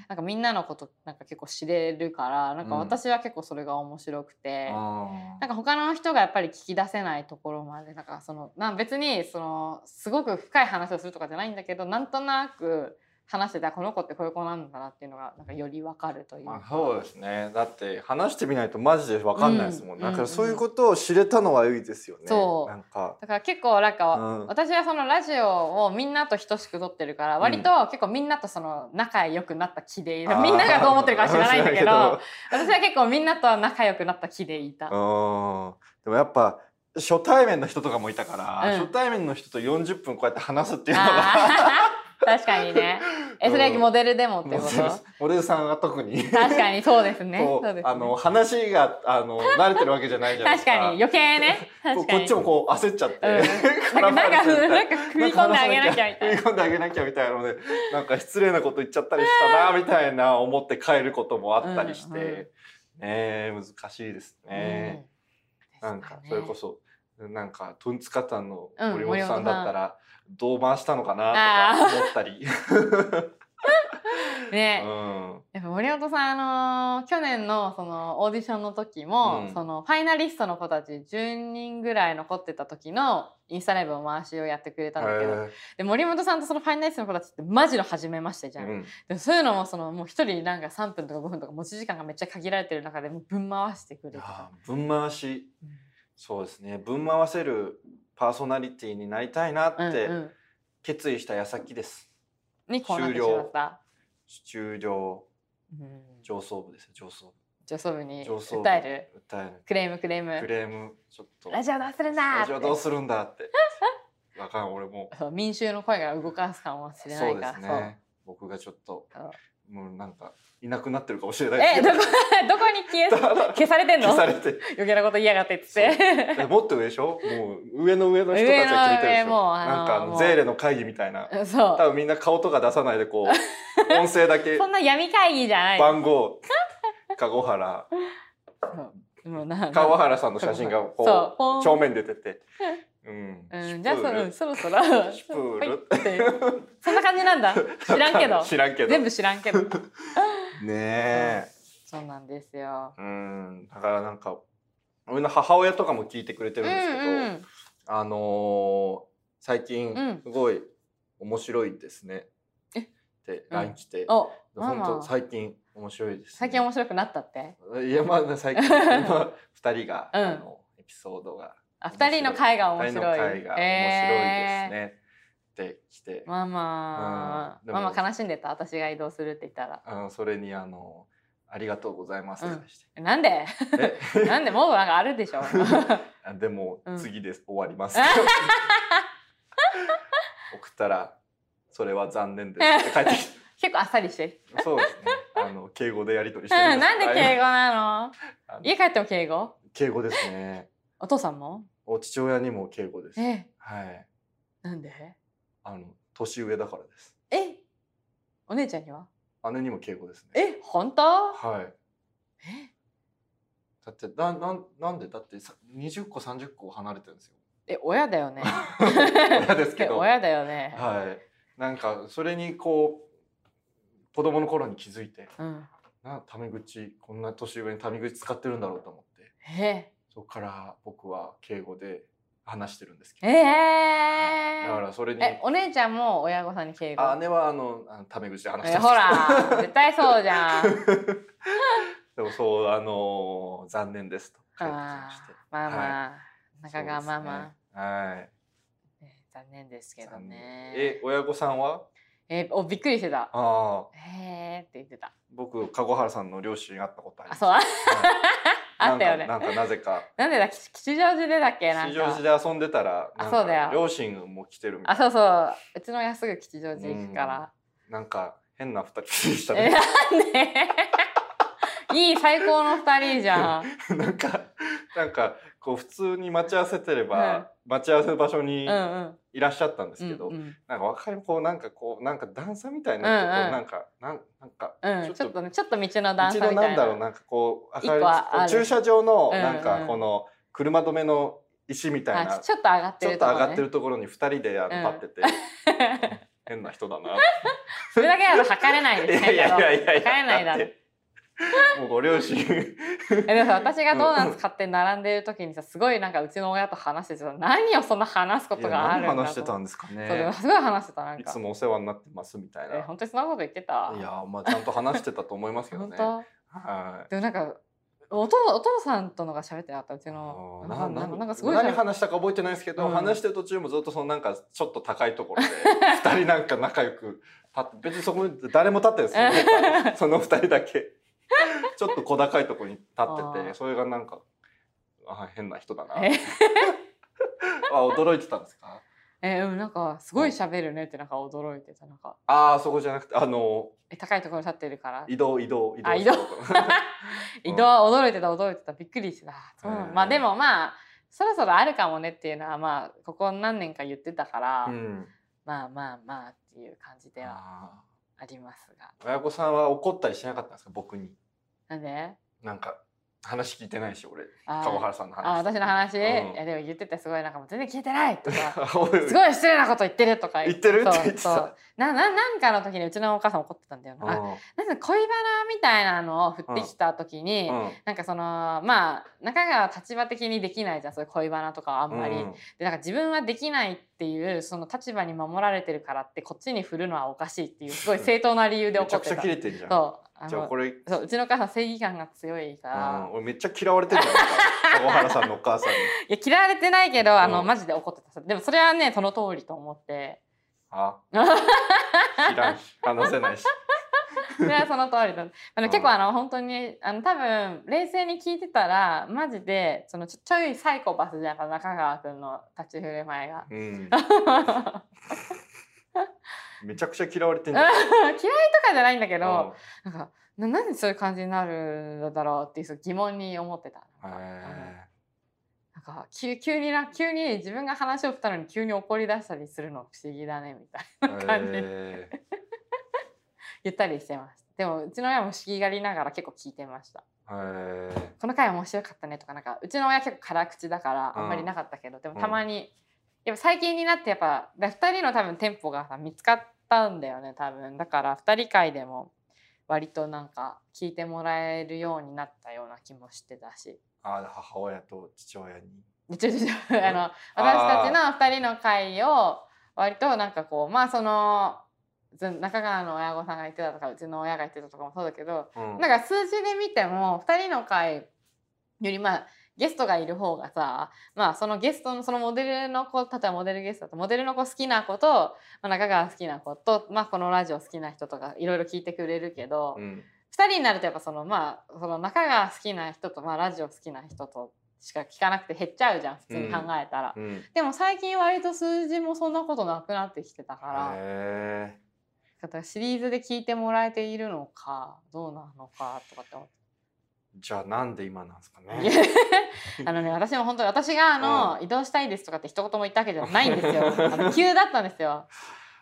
Speaker 1: なんかみんなのことなんか結構知れるからなんか
Speaker 2: うん
Speaker 1: 私は結構それが面白くて、
Speaker 2: あ
Speaker 1: なんか他の人がやっぱり聞き出せないところまでなんかそのなん別にそのすごく深い話をするとかじゃないんだけどなんとなく話してたこの子ってこういう子なんだなっていうのがなんかよりわかるとい
Speaker 2: ー
Speaker 1: う
Speaker 2: まあ
Speaker 1: か。
Speaker 2: そうですねだって話してみないとマジで分かんないですもんね、
Speaker 1: うん
Speaker 2: だからそういうことを知れたのはいいですよね
Speaker 1: そう
Speaker 2: なんか
Speaker 1: だから結構なんか、
Speaker 2: うん
Speaker 1: 私はそのラジオをみんなと等しく撮ってるから割と結構みんなとその仲良くなった気でいた、みんながどう思ってるかは知らないんだ けど
Speaker 2: あ
Speaker 1: 私は結構みんなと仲良くなった気でいた。
Speaker 2: ーでもやっぱ初対面の人とかもいたから、
Speaker 1: うん
Speaker 2: 初対面の人と40分こうやって話すっていうのが
Speaker 1: あー 確かにね。えそれはモデルで もって
Speaker 2: モ
Speaker 1: こと
Speaker 2: デルモデルさんは特に
Speaker 1: 確かにそうですね。
Speaker 2: こう
Speaker 1: そうですね
Speaker 2: あの話があの慣れてるわけじゃないじゃない
Speaker 1: 確
Speaker 2: ですか
Speaker 1: かに余計ね。
Speaker 2: こう
Speaker 1: 確か
Speaker 2: こ
Speaker 1: に。
Speaker 2: っちもこう焦っちゃって、
Speaker 1: うん、な
Speaker 2: 絡
Speaker 1: ん
Speaker 2: ま
Speaker 1: か
Speaker 2: れちゃって
Speaker 1: なんか食い込んであげなきゃみたいな。
Speaker 2: 食い込んであげなきゃみたいなのでなんか失礼なこと言っちゃったりしたなみたいな思って帰ることもあったりして、
Speaker 1: うんうん
Speaker 2: ねえ難しいですね。
Speaker 1: う
Speaker 2: なんかそれこ
Speaker 1: そ。
Speaker 2: そなんかトンツカタンの
Speaker 1: うん
Speaker 2: 森
Speaker 1: 森
Speaker 2: 本さ
Speaker 1: 本さ
Speaker 2: ん
Speaker 1: ん
Speaker 2: だったらどう回したのかなとか思ったり、
Speaker 1: ね。
Speaker 2: うん、
Speaker 1: やっぱ森本さん、あのー去年のそのオーディションの時も、
Speaker 2: うん
Speaker 1: そのファイナリストの子たち10人ぐらい残ってた時のインスタライブを回しをやってくれたんだけど、
Speaker 2: へ
Speaker 1: で森本さんとそのファイナリストの子たちってマジの初めましてじ
Speaker 2: え
Speaker 1: ゃん。
Speaker 2: うん
Speaker 1: でそういうのもそのもう一人なんか3分とか5分とか持ち時間がめっちゃ限られてる中でもうぶん回してくれて
Speaker 2: あ
Speaker 1: た。
Speaker 2: ー分回し
Speaker 1: うん
Speaker 2: そうですね分回せるパーソナリティになりたいなっ
Speaker 1: う
Speaker 2: て
Speaker 1: んうん
Speaker 2: 決意した矢先です。
Speaker 1: にこうなってしまった。
Speaker 2: 中量
Speaker 1: うん
Speaker 2: 上層部ですよ上層
Speaker 1: 上層部に
Speaker 2: 部上層部
Speaker 1: 訴え
Speaker 2: 訴え
Speaker 1: るクレームクレー
Speaker 2: るク
Speaker 1: ム
Speaker 2: レームちょっと
Speaker 1: ラジオどうするんだ
Speaker 2: ラジオどう
Speaker 1: って
Speaker 2: するんだってわかん俺も
Speaker 1: そう民衆の声が動かすかもしれな
Speaker 2: そ
Speaker 1: いうか
Speaker 2: で
Speaker 1: ら
Speaker 2: すね僕がちょっと
Speaker 1: そう
Speaker 2: もうなんかいなくなってるかもしれない
Speaker 1: え、どこ
Speaker 2: で、
Speaker 1: どこに 消え、
Speaker 2: だから
Speaker 1: 消されてんの
Speaker 2: 消され
Speaker 1: 余
Speaker 2: て
Speaker 1: 計なこと言いやがってっつって。
Speaker 2: えもっと上でしょもう上の上の 人たちが聞いてるでし
Speaker 1: 上の上
Speaker 2: ょ
Speaker 1: もうあの
Speaker 2: なんかあ
Speaker 1: も
Speaker 2: の
Speaker 1: う
Speaker 2: ゼーレの会議みたいな
Speaker 1: そ
Speaker 2: 多分みんな顔とか出さないで こう音声だ
Speaker 1: う。
Speaker 2: け
Speaker 1: そんな闇会議じゃない。
Speaker 2: 番号 籠原
Speaker 1: そうもうな
Speaker 2: 川原さんの写真が
Speaker 1: そう
Speaker 2: こ
Speaker 1: ポン
Speaker 2: う正面出ててうん
Speaker 1: う
Speaker 2: シ
Speaker 1: ん、
Speaker 2: ュ
Speaker 1: じゃあそ
Speaker 2: プール
Speaker 1: ろそろそろそろ。
Speaker 2: シュプール
Speaker 1: はいってそんな感じ なんだ。知らんけど。
Speaker 2: 知らんけど
Speaker 1: 全部知らん けど。
Speaker 2: ねえ
Speaker 1: そうなんですよ。
Speaker 2: うんだからなんか俺の母親とかも聞いてくれて
Speaker 1: う
Speaker 2: るんですけど、
Speaker 1: ん
Speaker 2: あのー最近
Speaker 1: うん
Speaker 2: すごい面白いですね、
Speaker 1: え
Speaker 2: って
Speaker 1: うん
Speaker 2: LINE 来て、
Speaker 1: うん。お、マ
Speaker 2: 本当
Speaker 1: マ。
Speaker 2: 最近面白いです、ね、
Speaker 1: 最近面白くなったって。
Speaker 2: いやまあ 最近今2人が、
Speaker 1: うん
Speaker 2: あのエピソードが
Speaker 1: あ、二人の会が面
Speaker 2: 2人の
Speaker 1: 白い。
Speaker 2: 会が面白いです
Speaker 1: え
Speaker 2: ね、って来て、
Speaker 1: ー。ママ、
Speaker 2: うんでも
Speaker 1: ママ悲しんでた。私が移動するって言ったら。
Speaker 2: あのそれにあの「ありがとうございます」って返して
Speaker 1: なん で
Speaker 2: え
Speaker 1: なんでもうなんかあるでしょ
Speaker 2: あでも、
Speaker 1: うん
Speaker 2: 次で終わり ます。 送ったら、それは残念ですって帰ってき
Speaker 1: 結構あっさりして。
Speaker 2: て。そうですね。あの敬語でやり取りし
Speaker 1: う
Speaker 2: てる
Speaker 1: ん、 なんで敬
Speaker 2: 語
Speaker 1: 語なの
Speaker 2: あの
Speaker 1: 家帰っても敬語
Speaker 2: 敬語ですね。
Speaker 1: お父さんも
Speaker 2: お父親にも敬語です。
Speaker 1: え、
Speaker 2: はい。
Speaker 1: なんで
Speaker 2: あの年上だからです。
Speaker 1: えお姉ちゃんには
Speaker 2: 姉にも敬語ですね。
Speaker 1: え、本当
Speaker 2: はい。
Speaker 1: え
Speaker 2: だってななんなんでだってさ20個30個離れてるんですよ。
Speaker 1: え、親だよね。
Speaker 2: 親ですけ
Speaker 1: え
Speaker 2: ど。
Speaker 1: 親だよね。
Speaker 2: はい。なんかそれにこう子供の頃に気づいて。
Speaker 1: うん。
Speaker 2: なタメ口こんな年上にタメ口使ってるんだろうと思って
Speaker 1: え、
Speaker 2: そこから僕は敬語で話してるんですけ
Speaker 1: え
Speaker 2: ど、だか
Speaker 1: ー。
Speaker 2: らそれに
Speaker 1: え、お姉ちゃんも親御さんに敬語
Speaker 2: あ姉はあのあのタメ口で話し
Speaker 1: え、
Speaker 2: て
Speaker 1: ほ
Speaker 2: ま
Speaker 1: ら、絶対そうじゃ ん。
Speaker 2: す でもそうあのー残念ですと帰ってきま
Speaker 1: あ
Speaker 2: して
Speaker 1: ーママ、中川マ
Speaker 2: そう
Speaker 1: マ。
Speaker 2: ですねはい
Speaker 1: ね残念ですけど
Speaker 2: 残念
Speaker 1: ね
Speaker 2: え。親御さんは
Speaker 1: え、お、びっくりしてた。
Speaker 2: ああ
Speaker 1: へーって言ってた。
Speaker 2: 僕籠原さんの両親に会ったことあり
Speaker 1: あ、
Speaker 2: ます
Speaker 1: そう。
Speaker 2: はい
Speaker 1: あったよね
Speaker 2: なんかなんかなぜか
Speaker 1: なんでだ、吉吉祥寺でだっけ、なん
Speaker 2: 吉祥
Speaker 1: か。
Speaker 2: 寺で遊んでたら
Speaker 1: あ
Speaker 2: なん
Speaker 1: そうだよ
Speaker 2: か両親も来てるみた
Speaker 1: あ、
Speaker 2: いな
Speaker 1: そうそう、うちの親すぐ吉祥寺行くから。
Speaker 2: なんか変な二人でした
Speaker 1: え、
Speaker 2: ね
Speaker 1: なんで。 いい、最高の二人じゃん。
Speaker 2: なんか、なんか、こう普通に待ち合わせてれ
Speaker 1: は
Speaker 2: ば、待ち合わせ場所に
Speaker 1: うんうん。
Speaker 2: いらっしゃったんです
Speaker 1: うん
Speaker 2: けど、
Speaker 1: うん
Speaker 2: なんか若いこうなんかこうなんか段差みたいになって、
Speaker 1: うんうん
Speaker 2: こうなんかなんなんか、
Speaker 1: うん、ちょっとね、ちょっと道の段
Speaker 2: 一
Speaker 1: 差
Speaker 2: 度
Speaker 1: みた
Speaker 2: ないん
Speaker 1: な。
Speaker 2: だろうなんかこう明る
Speaker 1: 一
Speaker 2: い
Speaker 1: 個あ
Speaker 2: こう
Speaker 1: る
Speaker 2: 駐車場の
Speaker 1: うんうん
Speaker 2: なんかこの車止めの石みたいな
Speaker 1: あちょっと上がって
Speaker 2: ちょ
Speaker 1: る
Speaker 2: っと上がって
Speaker 1: る
Speaker 2: るところに2人であの
Speaker 1: うん
Speaker 2: 立ってて、 変な人だな
Speaker 1: それだけだと測れない
Speaker 2: い
Speaker 1: です
Speaker 2: や
Speaker 1: ね
Speaker 2: いやいやいや
Speaker 1: 測れないだろ
Speaker 2: ってもうご両親
Speaker 1: えでもさ私がドーナツ買って並んでる時にさすごいなんかうちの親と話してて何をそんな話す こと
Speaker 2: いや
Speaker 1: があるんだと
Speaker 2: 何話してたんですか
Speaker 1: そうでも
Speaker 2: ね
Speaker 1: すごい話してたなん
Speaker 2: い
Speaker 1: か
Speaker 2: つもお世話になってますみたいな
Speaker 1: え本当にそんなこと言ってた
Speaker 2: いやまあちゃんと話してたと思いますけど
Speaker 1: 本
Speaker 2: ね
Speaker 1: 当
Speaker 2: はい
Speaker 1: でもなんかお父お父さんとのが喋ってなかったうちの
Speaker 2: あー
Speaker 1: な
Speaker 2: なん
Speaker 1: か
Speaker 2: な
Speaker 1: なんかすごい喋
Speaker 2: 何話したか覚えてないですけど、
Speaker 1: うん
Speaker 2: 話してる途中もずっとそのなんかちょっと高いところで二人なんか仲良く立って別にそこに誰も立ってるんです よその二人だけちょっと小高いところに立って
Speaker 1: あー
Speaker 2: てそれがなんかあ変な人だな
Speaker 1: え
Speaker 2: あ驚いてたんですか
Speaker 1: えうんなんかすごい喋るねってなんか驚いてたなんか
Speaker 2: ああそこじゃなくてあの
Speaker 1: え高いところに立ってるから
Speaker 2: 移動移動移動
Speaker 1: あ移動
Speaker 2: うん
Speaker 1: 移動は驚いてた驚いてたびっくりしてたあそうなの
Speaker 2: へー
Speaker 1: まあでもまあそろそろあるかもねっていうのはまあここ何年か言ってた から、
Speaker 2: うん
Speaker 1: まあまあまあっていう感じでは
Speaker 2: あ
Speaker 1: ありますが
Speaker 2: ー親子さんは怒ったりしなかったんですか僕に
Speaker 1: なんで
Speaker 2: なんか話聞いてないし俺
Speaker 1: あー
Speaker 2: 川原さんの話
Speaker 1: あ私の話、
Speaker 2: うん
Speaker 1: いやでも言っててすごいなんかもう全然聞いてないとか す
Speaker 2: い
Speaker 1: ごい失礼なこと言ってるとか
Speaker 2: 言ってる
Speaker 1: そう
Speaker 2: って言って
Speaker 1: そ
Speaker 2: た
Speaker 1: うなななんかの時にうちのお母さん怒ってたんだよな。あなんか恋バナみたいなのを振ってきた時に、なんかそのまあ中川立場的にできないじゃんそういう恋バナとかはあんまり。でなんか自分はできないっていうその立場に守られてるからってこっちに振るのはおかしいっ ていうすごい正当な理由で
Speaker 2: めち
Speaker 1: 怒
Speaker 2: ゃ
Speaker 1: って
Speaker 2: くちゃ
Speaker 1: た。
Speaker 2: 切れてんじゃん
Speaker 1: そうあ
Speaker 2: じゃあ
Speaker 1: の
Speaker 2: これ、うん、
Speaker 1: そううちのお母さん正義感が強いから、
Speaker 2: 俺めっちゃ嫌われてんじゃん川原さんのお母さん
Speaker 1: い
Speaker 2: に
Speaker 1: や嫌われてないけどあの、
Speaker 2: うん
Speaker 1: マジで怒ってたでもそれはねその通りと思って
Speaker 2: あ知らんし話せないし
Speaker 1: それはその通りだあの
Speaker 2: うん
Speaker 1: 結構あの本当にあの多分冷静に聞いてたらマジでそのちょちょいサイコパスじゃんか中川君の立ち振る舞いが
Speaker 2: うん
Speaker 1: 嫌いとか
Speaker 2: めちゃくちゃ嫌われてん じゃん
Speaker 1: じゃないんだけ
Speaker 2: うん
Speaker 1: ど、なんかななんでそういう感じになるんだろうっていうそう疑問に思ってた
Speaker 2: へー
Speaker 1: なんか急急にな急に自分が話を振ったのに急に怒り出したりするの不思議だねみたいな 感じ
Speaker 2: へ
Speaker 1: 言ったりしてますでもうちの親も不思議がりながら結構聞いてました
Speaker 2: ーへ
Speaker 1: この回面白かったねとかなんかうちの親結構辛口だから
Speaker 2: うん
Speaker 1: あんまりなかったけど、でもたまに、やっぱ最近になってやっぱ2人の多分テンポがさ見つかったんだよね多分だから2人会でも割となんか聞いてもらえるようになったような気もしてたし。
Speaker 2: あー母親と父親に
Speaker 1: でちょちょちょあの私たちの2人の会を割となんかこうまあそのず中川の親御さんが言ってたとかうちの親が言ってたとかもそうだけど
Speaker 2: うん
Speaker 1: なんか数字で見ても2人の回よりまあゲストがいる方がさまあそのゲストのそのモデルの子例えばモデルゲストだとモデルの子好きな子と、まあ、中川好きな子と、まあ、このラジオ好きな人とかいろいろ聞いてくれるけど、
Speaker 2: うん
Speaker 1: 2人になるとやっぱそのまあその中川好きな人と、まあ、ラジオ好きな人としか聞かなくて減っちゃうじゃん普通に考えたら。
Speaker 2: うん
Speaker 1: でも最近割と数字もそんなことなくなってきてたから、
Speaker 2: へ
Speaker 1: だからシリーズで聞いてもらえているのかどうなのかとかって思って。
Speaker 2: ーじゃあなんで今なんですか
Speaker 1: いや
Speaker 2: ね
Speaker 1: あのね私も本当に私があの、移動したいですとかって一言も言ったわけじゃないんです よあの急だったんですよ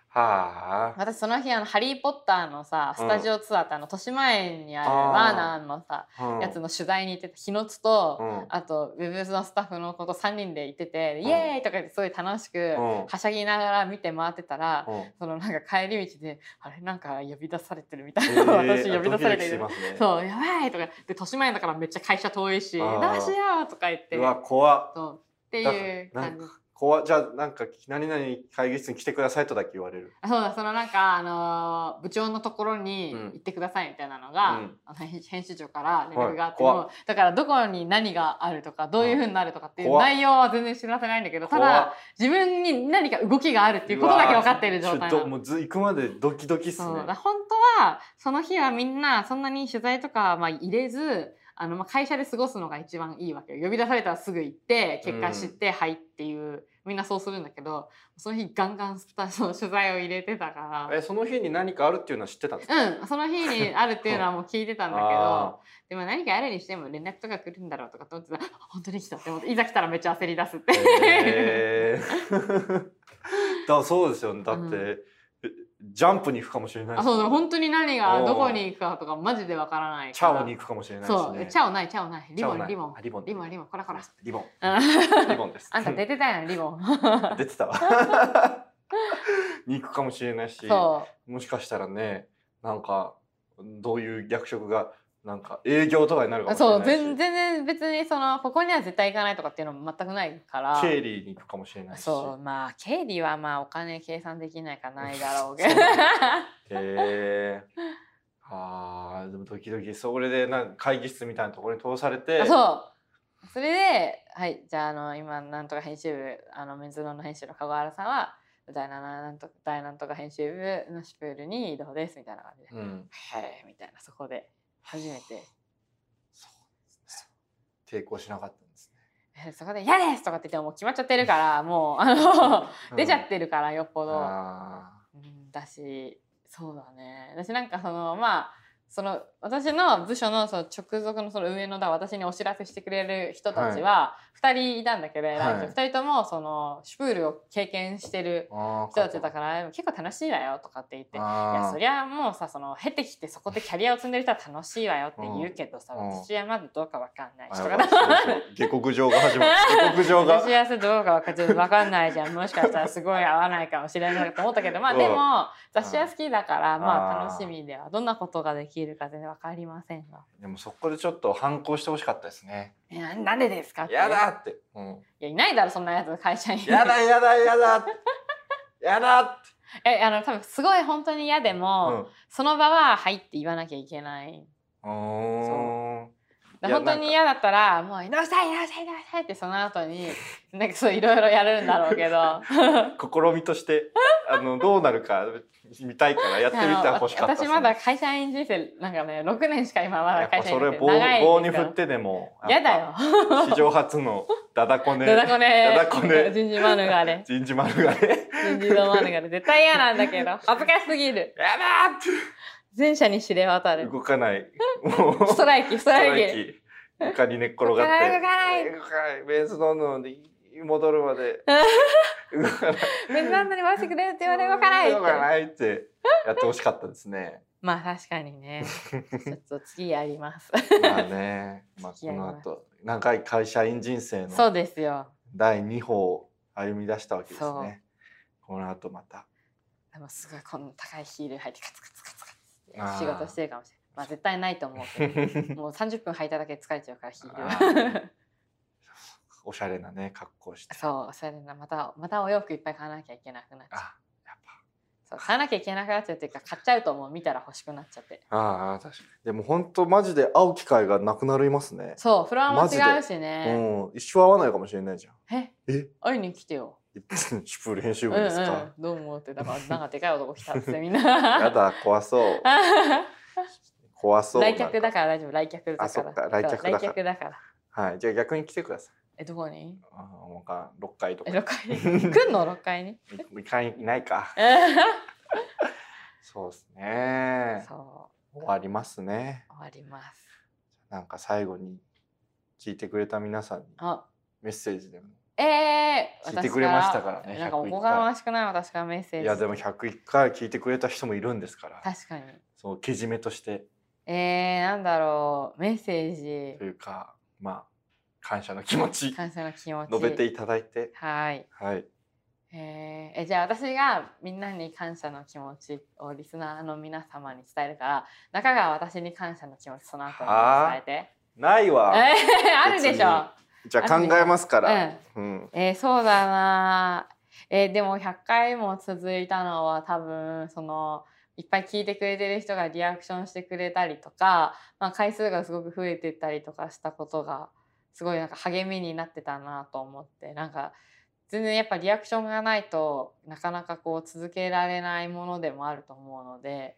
Speaker 2: はあ
Speaker 1: 私その日あの「ハリー・ポッター」のさスタジオツアーってあの豊島園にある
Speaker 2: あー
Speaker 1: ワーナーのさ
Speaker 2: うん
Speaker 1: やつの取材に行ってた日野津と
Speaker 2: うん
Speaker 1: あとウェブのスタッフの子と3人で行ってて「イエーイ!」とか言ってすごい楽しく
Speaker 2: うん
Speaker 1: はしゃぎながら見て回ってたら
Speaker 2: うん
Speaker 1: そのなんか帰り道で「あれなんか呼び出されてる」みたい
Speaker 2: え
Speaker 1: な、
Speaker 2: ー
Speaker 1: 私呼び出されて
Speaker 2: ドキドキし
Speaker 1: る。
Speaker 2: ますね
Speaker 1: そうやばいとかで豊島園だからめっちゃ会社遠いし
Speaker 2: あ
Speaker 1: どう
Speaker 2: ー
Speaker 1: しようとか言って
Speaker 2: うわ怖っ
Speaker 1: そうっていう
Speaker 2: だから
Speaker 1: 感じ
Speaker 2: 怖っじゃあなんか何々会議室に来てくださいとだけ言われる
Speaker 1: あそうだそのなんか、あのー部長のところに
Speaker 2: うん
Speaker 1: 行ってくださいみたいなのが、
Speaker 2: うん
Speaker 1: あの編編集長から連絡があって
Speaker 2: はい
Speaker 1: も、だからどこに何があるとかどういうふうになるとかっていう
Speaker 2: 怖っ
Speaker 1: 内容は全然知らせないんだけどた
Speaker 2: 怖
Speaker 1: だ自分に何か動きがあるっていうことだけ分かっている状態
Speaker 2: ちょ
Speaker 1: な
Speaker 2: っと
Speaker 1: の。
Speaker 2: もうず行くまでドキドキっすね
Speaker 1: そうだから本当はその日はみんなそんなに取材とかはまあ入れずあのまあ会社で過ごすのが一番いいわけよ呼び出されたらすぐ行って結果知って、はいっていうみんなそうするんだけどその日ガンガンスタその取材を入れてたから
Speaker 2: えその日に何かあるっていうのは知ってたんですか
Speaker 1: うん、その日にあるっていうのはもう聞いてたんだけ
Speaker 2: あ
Speaker 1: ど、でも何かあるにしても連絡とか来るんだろうとかと思ってたら、あ本当に来たって思って、いざ来たらめっちゃ焦り出すって。
Speaker 2: へーだからそうですよねだって、えジャンプに行くかもしれない
Speaker 1: あ
Speaker 2: し
Speaker 1: そうだ本当に何が
Speaker 2: おー
Speaker 1: どこに行くかとかマジでわからない
Speaker 2: チ
Speaker 1: から
Speaker 2: ャオに行くかもしれないし
Speaker 1: そうえ
Speaker 2: ね
Speaker 1: チャオないチャオないリボンリボン
Speaker 2: あリボン
Speaker 1: リボンリボンこらこら
Speaker 2: リボン
Speaker 1: あ
Speaker 2: リボンです
Speaker 1: あんた出てたやんリボン
Speaker 2: 出てたわに行くかもしれないし
Speaker 1: そ
Speaker 2: もしかしたらねなんかどういう役職がなんか営業とかになるか
Speaker 1: う
Speaker 2: もしれな
Speaker 1: そ
Speaker 2: いうし
Speaker 1: 全然別にそのここには絶対行かないとかっていうのも全くないから
Speaker 2: 経理に行くかもしれないし
Speaker 1: そうまあ経理はまあお金計算できないかないだろうけ
Speaker 2: そ
Speaker 1: ど
Speaker 2: うだへえあーでも時々それでなんか会議室みたいなところに通されて
Speaker 1: あ そうそれではいじゃああの今なんとか編集部あのメンズノンの編集の籠原さんは第7なんと第なんとか編集部のシュプールに移動ですみたいな感じで、
Speaker 2: うん、
Speaker 1: はいみたいなそこで初めて
Speaker 2: そう抵抗しなかったんです
Speaker 1: えそこで「嫌です!」とかって言ってももう決まっちゃってるからもうあの。
Speaker 2: ね
Speaker 1: 出ちゃってるからよっぽ
Speaker 2: うん
Speaker 1: ど。
Speaker 2: あ
Speaker 1: うんだしそうだね私なんかそのまあその私の部署のその直属のその上のだ私にお知らせしてくれる人たちは2人いたんだけど、偉い
Speaker 2: は
Speaker 1: 人
Speaker 2: い
Speaker 1: 2人ともそのシュプールを経験してる
Speaker 2: ーあー
Speaker 1: 人たちだから結構楽しいわよとかって言って。いやそりゃもうさその経てきてそこでキャリアを積んでる人は楽しいわよって言うけどさ、
Speaker 2: うんうん
Speaker 1: 私はまだどうかわかんないしと
Speaker 2: あ
Speaker 1: か
Speaker 2: やばいそうそう下克上が始まる下克上が
Speaker 1: 私はそれどうかわかちょっとわかんないじゃんもしかしたらすごい合わないかもしれないと思ったけどまあ
Speaker 2: うん
Speaker 1: でも雑誌は好きだからまあ
Speaker 2: あー
Speaker 1: 楽しみではどんなことができるか全然わかりませんが。
Speaker 2: でもそこでちょっと反抗してほしかったですね
Speaker 1: えななんでですかって
Speaker 2: やだって、うん、
Speaker 1: いやいないだろそんなやつ会社に
Speaker 2: やだやだやだってやだっ て、
Speaker 1: えあの多分すごい本当に嫌で
Speaker 2: う
Speaker 1: も、
Speaker 2: ん
Speaker 1: その場は「はい」って言わなきゃいけない
Speaker 2: う
Speaker 1: だ
Speaker 2: いや
Speaker 1: 本当に嫌だったらもう「直したい直したい直したい」ってその後になんかそういろいろやるんだろうけど
Speaker 2: ーん試みとしてあのどうなるか見たいからやってみたら欲しかったっ
Speaker 1: 私
Speaker 2: すね
Speaker 1: まだ会社員人生なんかね6年しか今ま
Speaker 2: や
Speaker 1: だ
Speaker 2: っぱ
Speaker 1: 会社
Speaker 2: そ
Speaker 1: 員人
Speaker 2: れ
Speaker 1: 生
Speaker 2: 棒
Speaker 1: 長い
Speaker 2: 棒
Speaker 1: で
Speaker 2: に
Speaker 1: す
Speaker 2: 振
Speaker 1: から
Speaker 2: ってでも
Speaker 1: やだよ。
Speaker 2: やっぱ史上初のダダこね
Speaker 1: だだこね。
Speaker 2: だだこね
Speaker 1: 人事マヌがね。
Speaker 2: 人事丸がね
Speaker 1: 人事のマヌがね。絶対嫌なんだけど。恥ずかしすぎる。
Speaker 2: やだっ
Speaker 1: 全社に知れ渡
Speaker 2: て
Speaker 1: る。
Speaker 2: 動かないもう
Speaker 1: ストライキ、スト
Speaker 2: スト
Speaker 1: ラ
Speaker 2: ラ
Speaker 1: イキ。
Speaker 2: イキ床に寝っ転がって
Speaker 1: 動かない
Speaker 2: 動かないベースどんどんで戻る まで動かない
Speaker 1: 別なんに回してくれって言われ動かない
Speaker 2: 動か
Speaker 1: って。
Speaker 2: ないってやってほしかったですね
Speaker 1: まあ確かに ね。ちょっと次やります。
Speaker 2: まあねまあこの後長い会社員人生
Speaker 1: そう
Speaker 2: の
Speaker 1: ですよ。
Speaker 2: 第二歩を歩み出したわけです
Speaker 1: そう
Speaker 2: ねこの後また
Speaker 1: でもすごいこの高いヒール履いてカツカツカツカツ
Speaker 2: あー
Speaker 1: 仕事してるかもしれない。まあ絶対ないと思うけ ど。もう30分履いただけで疲れちゃうからヒール
Speaker 2: あ
Speaker 1: は
Speaker 2: ー。おしゃれなね格好して
Speaker 1: そう、それなまたまたお洋服いっぱい買わなきゃいけなくなっちゃう。
Speaker 2: あやっ
Speaker 1: そう買わなきゃいけなくなっちゃうっていうか買っちゃうともう見たら欲しくなっちゃって
Speaker 2: ぱああ確かにでも本当マジで会う機会がなくなりますね
Speaker 1: そうフロアも
Speaker 2: マジで
Speaker 1: 違うし
Speaker 2: う
Speaker 1: ね、
Speaker 2: ん一生会わないかもしれないじゃん
Speaker 1: え
Speaker 2: え
Speaker 1: 会いに来てよ
Speaker 2: シュプール編集
Speaker 1: う
Speaker 2: 部
Speaker 1: んう
Speaker 2: ですか、
Speaker 1: んどう思うって だからなんかでかい男来たっつってみんな
Speaker 2: やだ怖そう怖そう
Speaker 1: 来客だ
Speaker 2: ら
Speaker 1: から大丈夫来客だから
Speaker 2: あそっか来客だ
Speaker 1: そ
Speaker 2: から
Speaker 1: う来客だから
Speaker 2: はいじゃあ逆に来てください
Speaker 1: えどこに
Speaker 2: あーもうか六回とか
Speaker 1: え6階に 来んの6階に
Speaker 2: いいかんいないかそうです ね
Speaker 1: そ
Speaker 2: 終わりますね
Speaker 1: う終わります
Speaker 2: なんか最後に聞いてくれた皆さんに
Speaker 1: あ
Speaker 2: メッセージでも
Speaker 1: えー、
Speaker 2: 聞いてくれましたからね
Speaker 1: 私なんかお
Speaker 2: 101
Speaker 1: こがましくない私がメッセー
Speaker 2: い
Speaker 1: ジ
Speaker 2: やでも101回聞いてくれた人もいるんですから
Speaker 1: 確かに
Speaker 2: そうけじめとして
Speaker 1: えー、なんだろうメッセージ
Speaker 2: というかまあ感謝の気持ち
Speaker 1: 感謝の気持ち
Speaker 2: 述べていただいて
Speaker 1: はい
Speaker 2: はい
Speaker 1: えーえじゃあ私がみんなに感謝の気持ちをリスナーの皆様に伝えるから中川は私に感謝の気持ちその後に伝えて
Speaker 2: ない
Speaker 1: あ,、
Speaker 2: わ
Speaker 1: え ー、あるでしょ、
Speaker 2: じゃあ考えますからうん
Speaker 1: えーそうだなえーでも100回も続いたのは多分そのいっぱい聞いてくれてる人がリアクションしてくれたりとか、まあ、回数がすごく増えてったりとかしたことがすごいなんか励みになってたなと思ってなんか全然やっぱリアクションがないとなかなかこう続けられないものでもあると思うので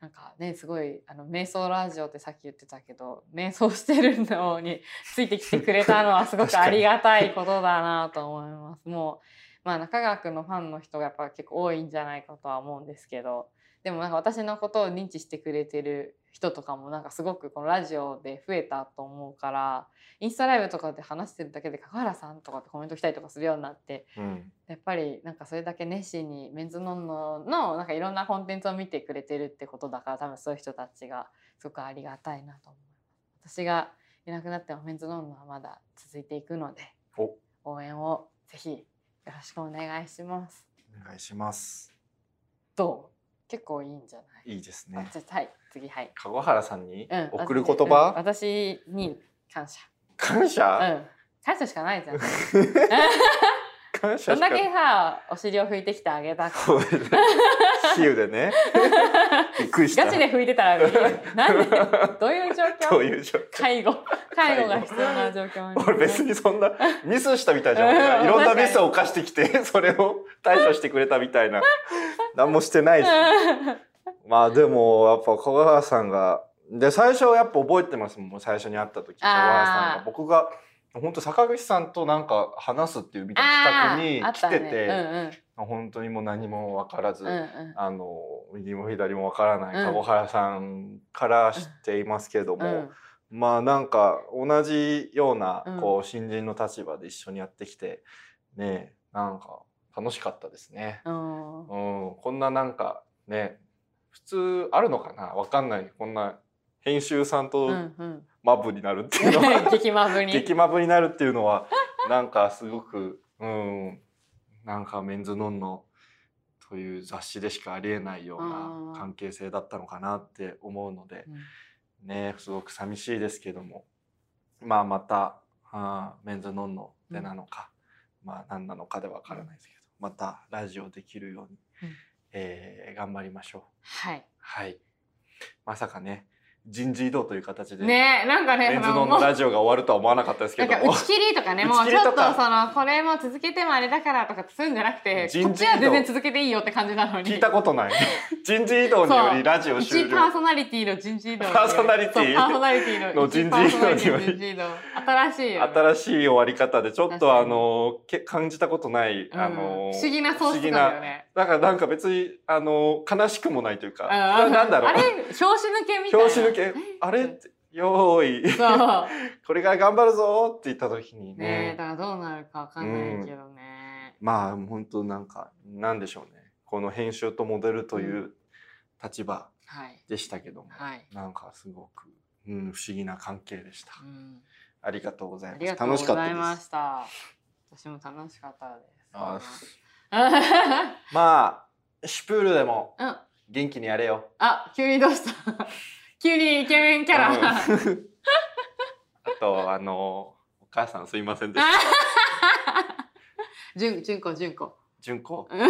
Speaker 1: なんかねすごいあの瞑想ラジオってさっき言ってたけど瞑想してるのに ついてきてくれたのはすごく
Speaker 2: 確
Speaker 1: あ
Speaker 2: かに
Speaker 1: りがたいことだなと思います。もうまあ中川君のファンの人がやっぱ結構多いんじゃないかとは思うんですけどでもなんか私のことを認知してくれてる人とかもなんかすごくこのラジオで増えたと思うからインスタライブとかで話してるだけで「高原さん」とかってコメント来たりとかするようになって
Speaker 2: うん
Speaker 1: やっぱりなんかそれだけ熱心にメンズノンノのなんかいろんなコンテンツを見てくれてるってことだから多分そういう人たちがすごくありがたいなと思います。私がいなくなってもメンズノンノはまだ続いていくので
Speaker 2: お
Speaker 1: 応援をぜひよろしくお願いします。
Speaker 2: お願いします。
Speaker 1: どう結構いいんじゃない
Speaker 2: いいです
Speaker 1: あ
Speaker 2: ね。
Speaker 1: じゃあはい次はい。
Speaker 2: 籠原さんに
Speaker 1: うん、
Speaker 2: 送る
Speaker 1: 私
Speaker 2: 言葉、
Speaker 1: うん私に感謝。
Speaker 2: 感
Speaker 1: う
Speaker 2: 謝、
Speaker 1: ん。感謝しか ないじゃん。
Speaker 2: 感謝
Speaker 1: どん
Speaker 2: し
Speaker 1: だ
Speaker 2: か
Speaker 1: けさ、お尻を拭いてきてあげたか。
Speaker 2: これで比喩で ねびっくりした
Speaker 1: ガチで拭いてたら、 なんで、どういう状
Speaker 2: どう
Speaker 1: 況
Speaker 2: いう状況
Speaker 1: 介護。介護が必要な状況
Speaker 2: 俺別
Speaker 1: に。
Speaker 2: にそんなミスしたみたいじゃない、
Speaker 1: うん
Speaker 2: いろんなミスを犯してきて それを対処してくれたみたいな何もしてないしまあでもやっぱ香川さんがで最初やっぱ覚えてますもん最初に会った時香川さん
Speaker 1: あー
Speaker 2: が僕が本当坂口さんとなんか話すっていうみたいな
Speaker 1: あ
Speaker 2: 企
Speaker 1: ーあっ
Speaker 2: 画に来
Speaker 1: た
Speaker 2: て
Speaker 1: ね
Speaker 2: て、本当にもう何も分からず、
Speaker 1: うんうんうんうん
Speaker 2: あの右も左も分からない
Speaker 1: うん
Speaker 2: 籠原さんから知っていますけど
Speaker 1: う
Speaker 2: も、
Speaker 1: ん
Speaker 2: まあなんか同じような
Speaker 1: うん
Speaker 2: こう新人の立場で一緒にやってきてねなんか楽しかったですね。
Speaker 1: うん
Speaker 2: うん、こんななんかね普通あるのかなわかんないこんな編集さん
Speaker 1: う
Speaker 2: と
Speaker 1: ん うん
Speaker 2: マブになるっていうの は、
Speaker 1: 激マブに
Speaker 2: 激マブになるっていうのはなんかすごくうんなんか「メンズノンノ」という雑誌でしかありえないよう
Speaker 1: あ
Speaker 2: な
Speaker 1: ー
Speaker 2: 関係性だったのかなって思うので
Speaker 1: うん
Speaker 2: ねすごく寂しいですけどもまあまたあーメンズノンノでなのか、まあ何なのかでわからないですけどまたラジオできるように、
Speaker 1: うん
Speaker 2: えー頑張りましょう。
Speaker 1: はい
Speaker 2: はいまさかね人事異動という形で、
Speaker 1: ねなんかね
Speaker 2: メンズ
Speaker 1: その
Speaker 2: ノン
Speaker 1: も
Speaker 2: ノ
Speaker 1: う
Speaker 2: ラジオが終わるとは思わなかったです
Speaker 1: な
Speaker 2: け
Speaker 1: ん
Speaker 2: ど
Speaker 1: か
Speaker 2: も
Speaker 1: 打ち切りとかねもう
Speaker 2: 打ち切
Speaker 1: ちょ
Speaker 2: り
Speaker 1: っと
Speaker 2: とか
Speaker 1: そのこれも続けてもあれだからとかってするんじゃなくてこ
Speaker 2: 人事
Speaker 1: っちは全然続けていいよって感じなのに
Speaker 2: 聞いたことない人事異動によりラジオ終
Speaker 1: 一
Speaker 2: 了
Speaker 1: パーソナリティの人事異動
Speaker 2: パーソナリティ
Speaker 1: そうパーソナリティの
Speaker 2: の人事異動により
Speaker 1: 一パーソナリティの人事異動新しいよね
Speaker 2: 新しい終わり方でちょっ
Speaker 1: 確か
Speaker 2: と
Speaker 1: に
Speaker 2: あのけ感じたことない、
Speaker 1: うん
Speaker 2: あの
Speaker 1: 不思議なソース
Speaker 2: 不思議
Speaker 1: 感だよ
Speaker 2: な
Speaker 1: ね
Speaker 2: だからなんか別にあの悲しくもないというか、
Speaker 1: う
Speaker 2: なんだろ
Speaker 1: あれ
Speaker 2: う
Speaker 1: 表紙抜けみたいな
Speaker 2: 表紙抜けあれってよーい
Speaker 1: そう
Speaker 2: これから頑張るぞーって言った時にね
Speaker 1: ねえだからどうなるかわかんないけどね、
Speaker 2: まあ本当なんかなんでしょうねこの編集とモデルという立場
Speaker 1: はい
Speaker 2: でしたけども、
Speaker 1: はい、
Speaker 2: なんかすごく、うん、不思議な関係でした。
Speaker 1: うん、
Speaker 2: ありがとうござい
Speaker 1: あ
Speaker 2: ま
Speaker 1: り
Speaker 2: す
Speaker 1: が。とうご
Speaker 2: 楽しかっ
Speaker 1: ざいま
Speaker 2: たです。
Speaker 1: した私も楽しかったです
Speaker 2: あまあシュプールでも
Speaker 1: うん
Speaker 2: 元気にやれよ。
Speaker 1: あ急にどうした 急にイケメンキャ
Speaker 2: うん
Speaker 1: ラ
Speaker 2: あ とあのお母さんすいませんでし
Speaker 1: あ
Speaker 2: た。
Speaker 1: じゅん、じゅんこ、じゅんこ。
Speaker 2: 純子
Speaker 1: うん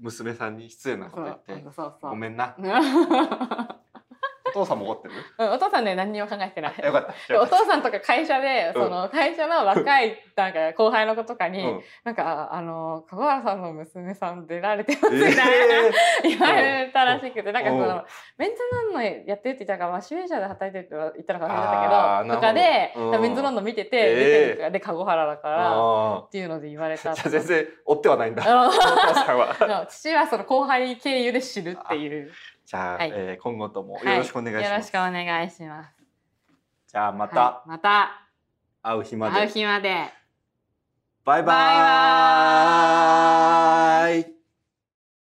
Speaker 2: 娘さんに失礼なこと言って
Speaker 1: そうそうそう。
Speaker 2: ごめんな。
Speaker 1: うん
Speaker 2: お父さんも怒ってる。
Speaker 1: お父さんね、何にも考えてな
Speaker 2: よ
Speaker 1: い。
Speaker 2: かった。
Speaker 1: お
Speaker 2: よかっ
Speaker 1: 父さんとか会社で、
Speaker 2: うん
Speaker 1: その会社の若いなんか後輩の子とか
Speaker 2: た。
Speaker 1: に、
Speaker 2: うん
Speaker 1: なんかあの香川さんの娘さん出られてますみたいな、
Speaker 2: え
Speaker 1: 言われたらしくて、なんかそ
Speaker 2: うん
Speaker 1: のメンズノンノやってるって言ったから、まあ、主演者で働いてるって言ったのか忘れ
Speaker 2: あ
Speaker 1: た
Speaker 2: ー
Speaker 1: けど、とかで、
Speaker 2: なるほどうん
Speaker 1: メンズノンノ見てて、
Speaker 2: えー
Speaker 1: 出てるで籠原だか
Speaker 2: ー、
Speaker 1: らっ
Speaker 2: あ
Speaker 1: ていうので言われた
Speaker 2: ー
Speaker 1: と
Speaker 2: じ
Speaker 1: か。
Speaker 2: ゃあ全然追ってはないん だ。
Speaker 1: あの
Speaker 2: お父さ んは。
Speaker 1: そう父はその後輩経由で知るっていう。
Speaker 2: じゃあ、
Speaker 1: はい
Speaker 2: えー今後ともよろしくお願いし
Speaker 1: よろ
Speaker 2: ま
Speaker 1: し
Speaker 2: す。
Speaker 1: くお願いします。
Speaker 2: じゃあま
Speaker 1: は
Speaker 2: た
Speaker 1: いまた
Speaker 2: 会う日まで。
Speaker 1: 会う日まで。
Speaker 2: バイバ
Speaker 1: バ
Speaker 2: ーイ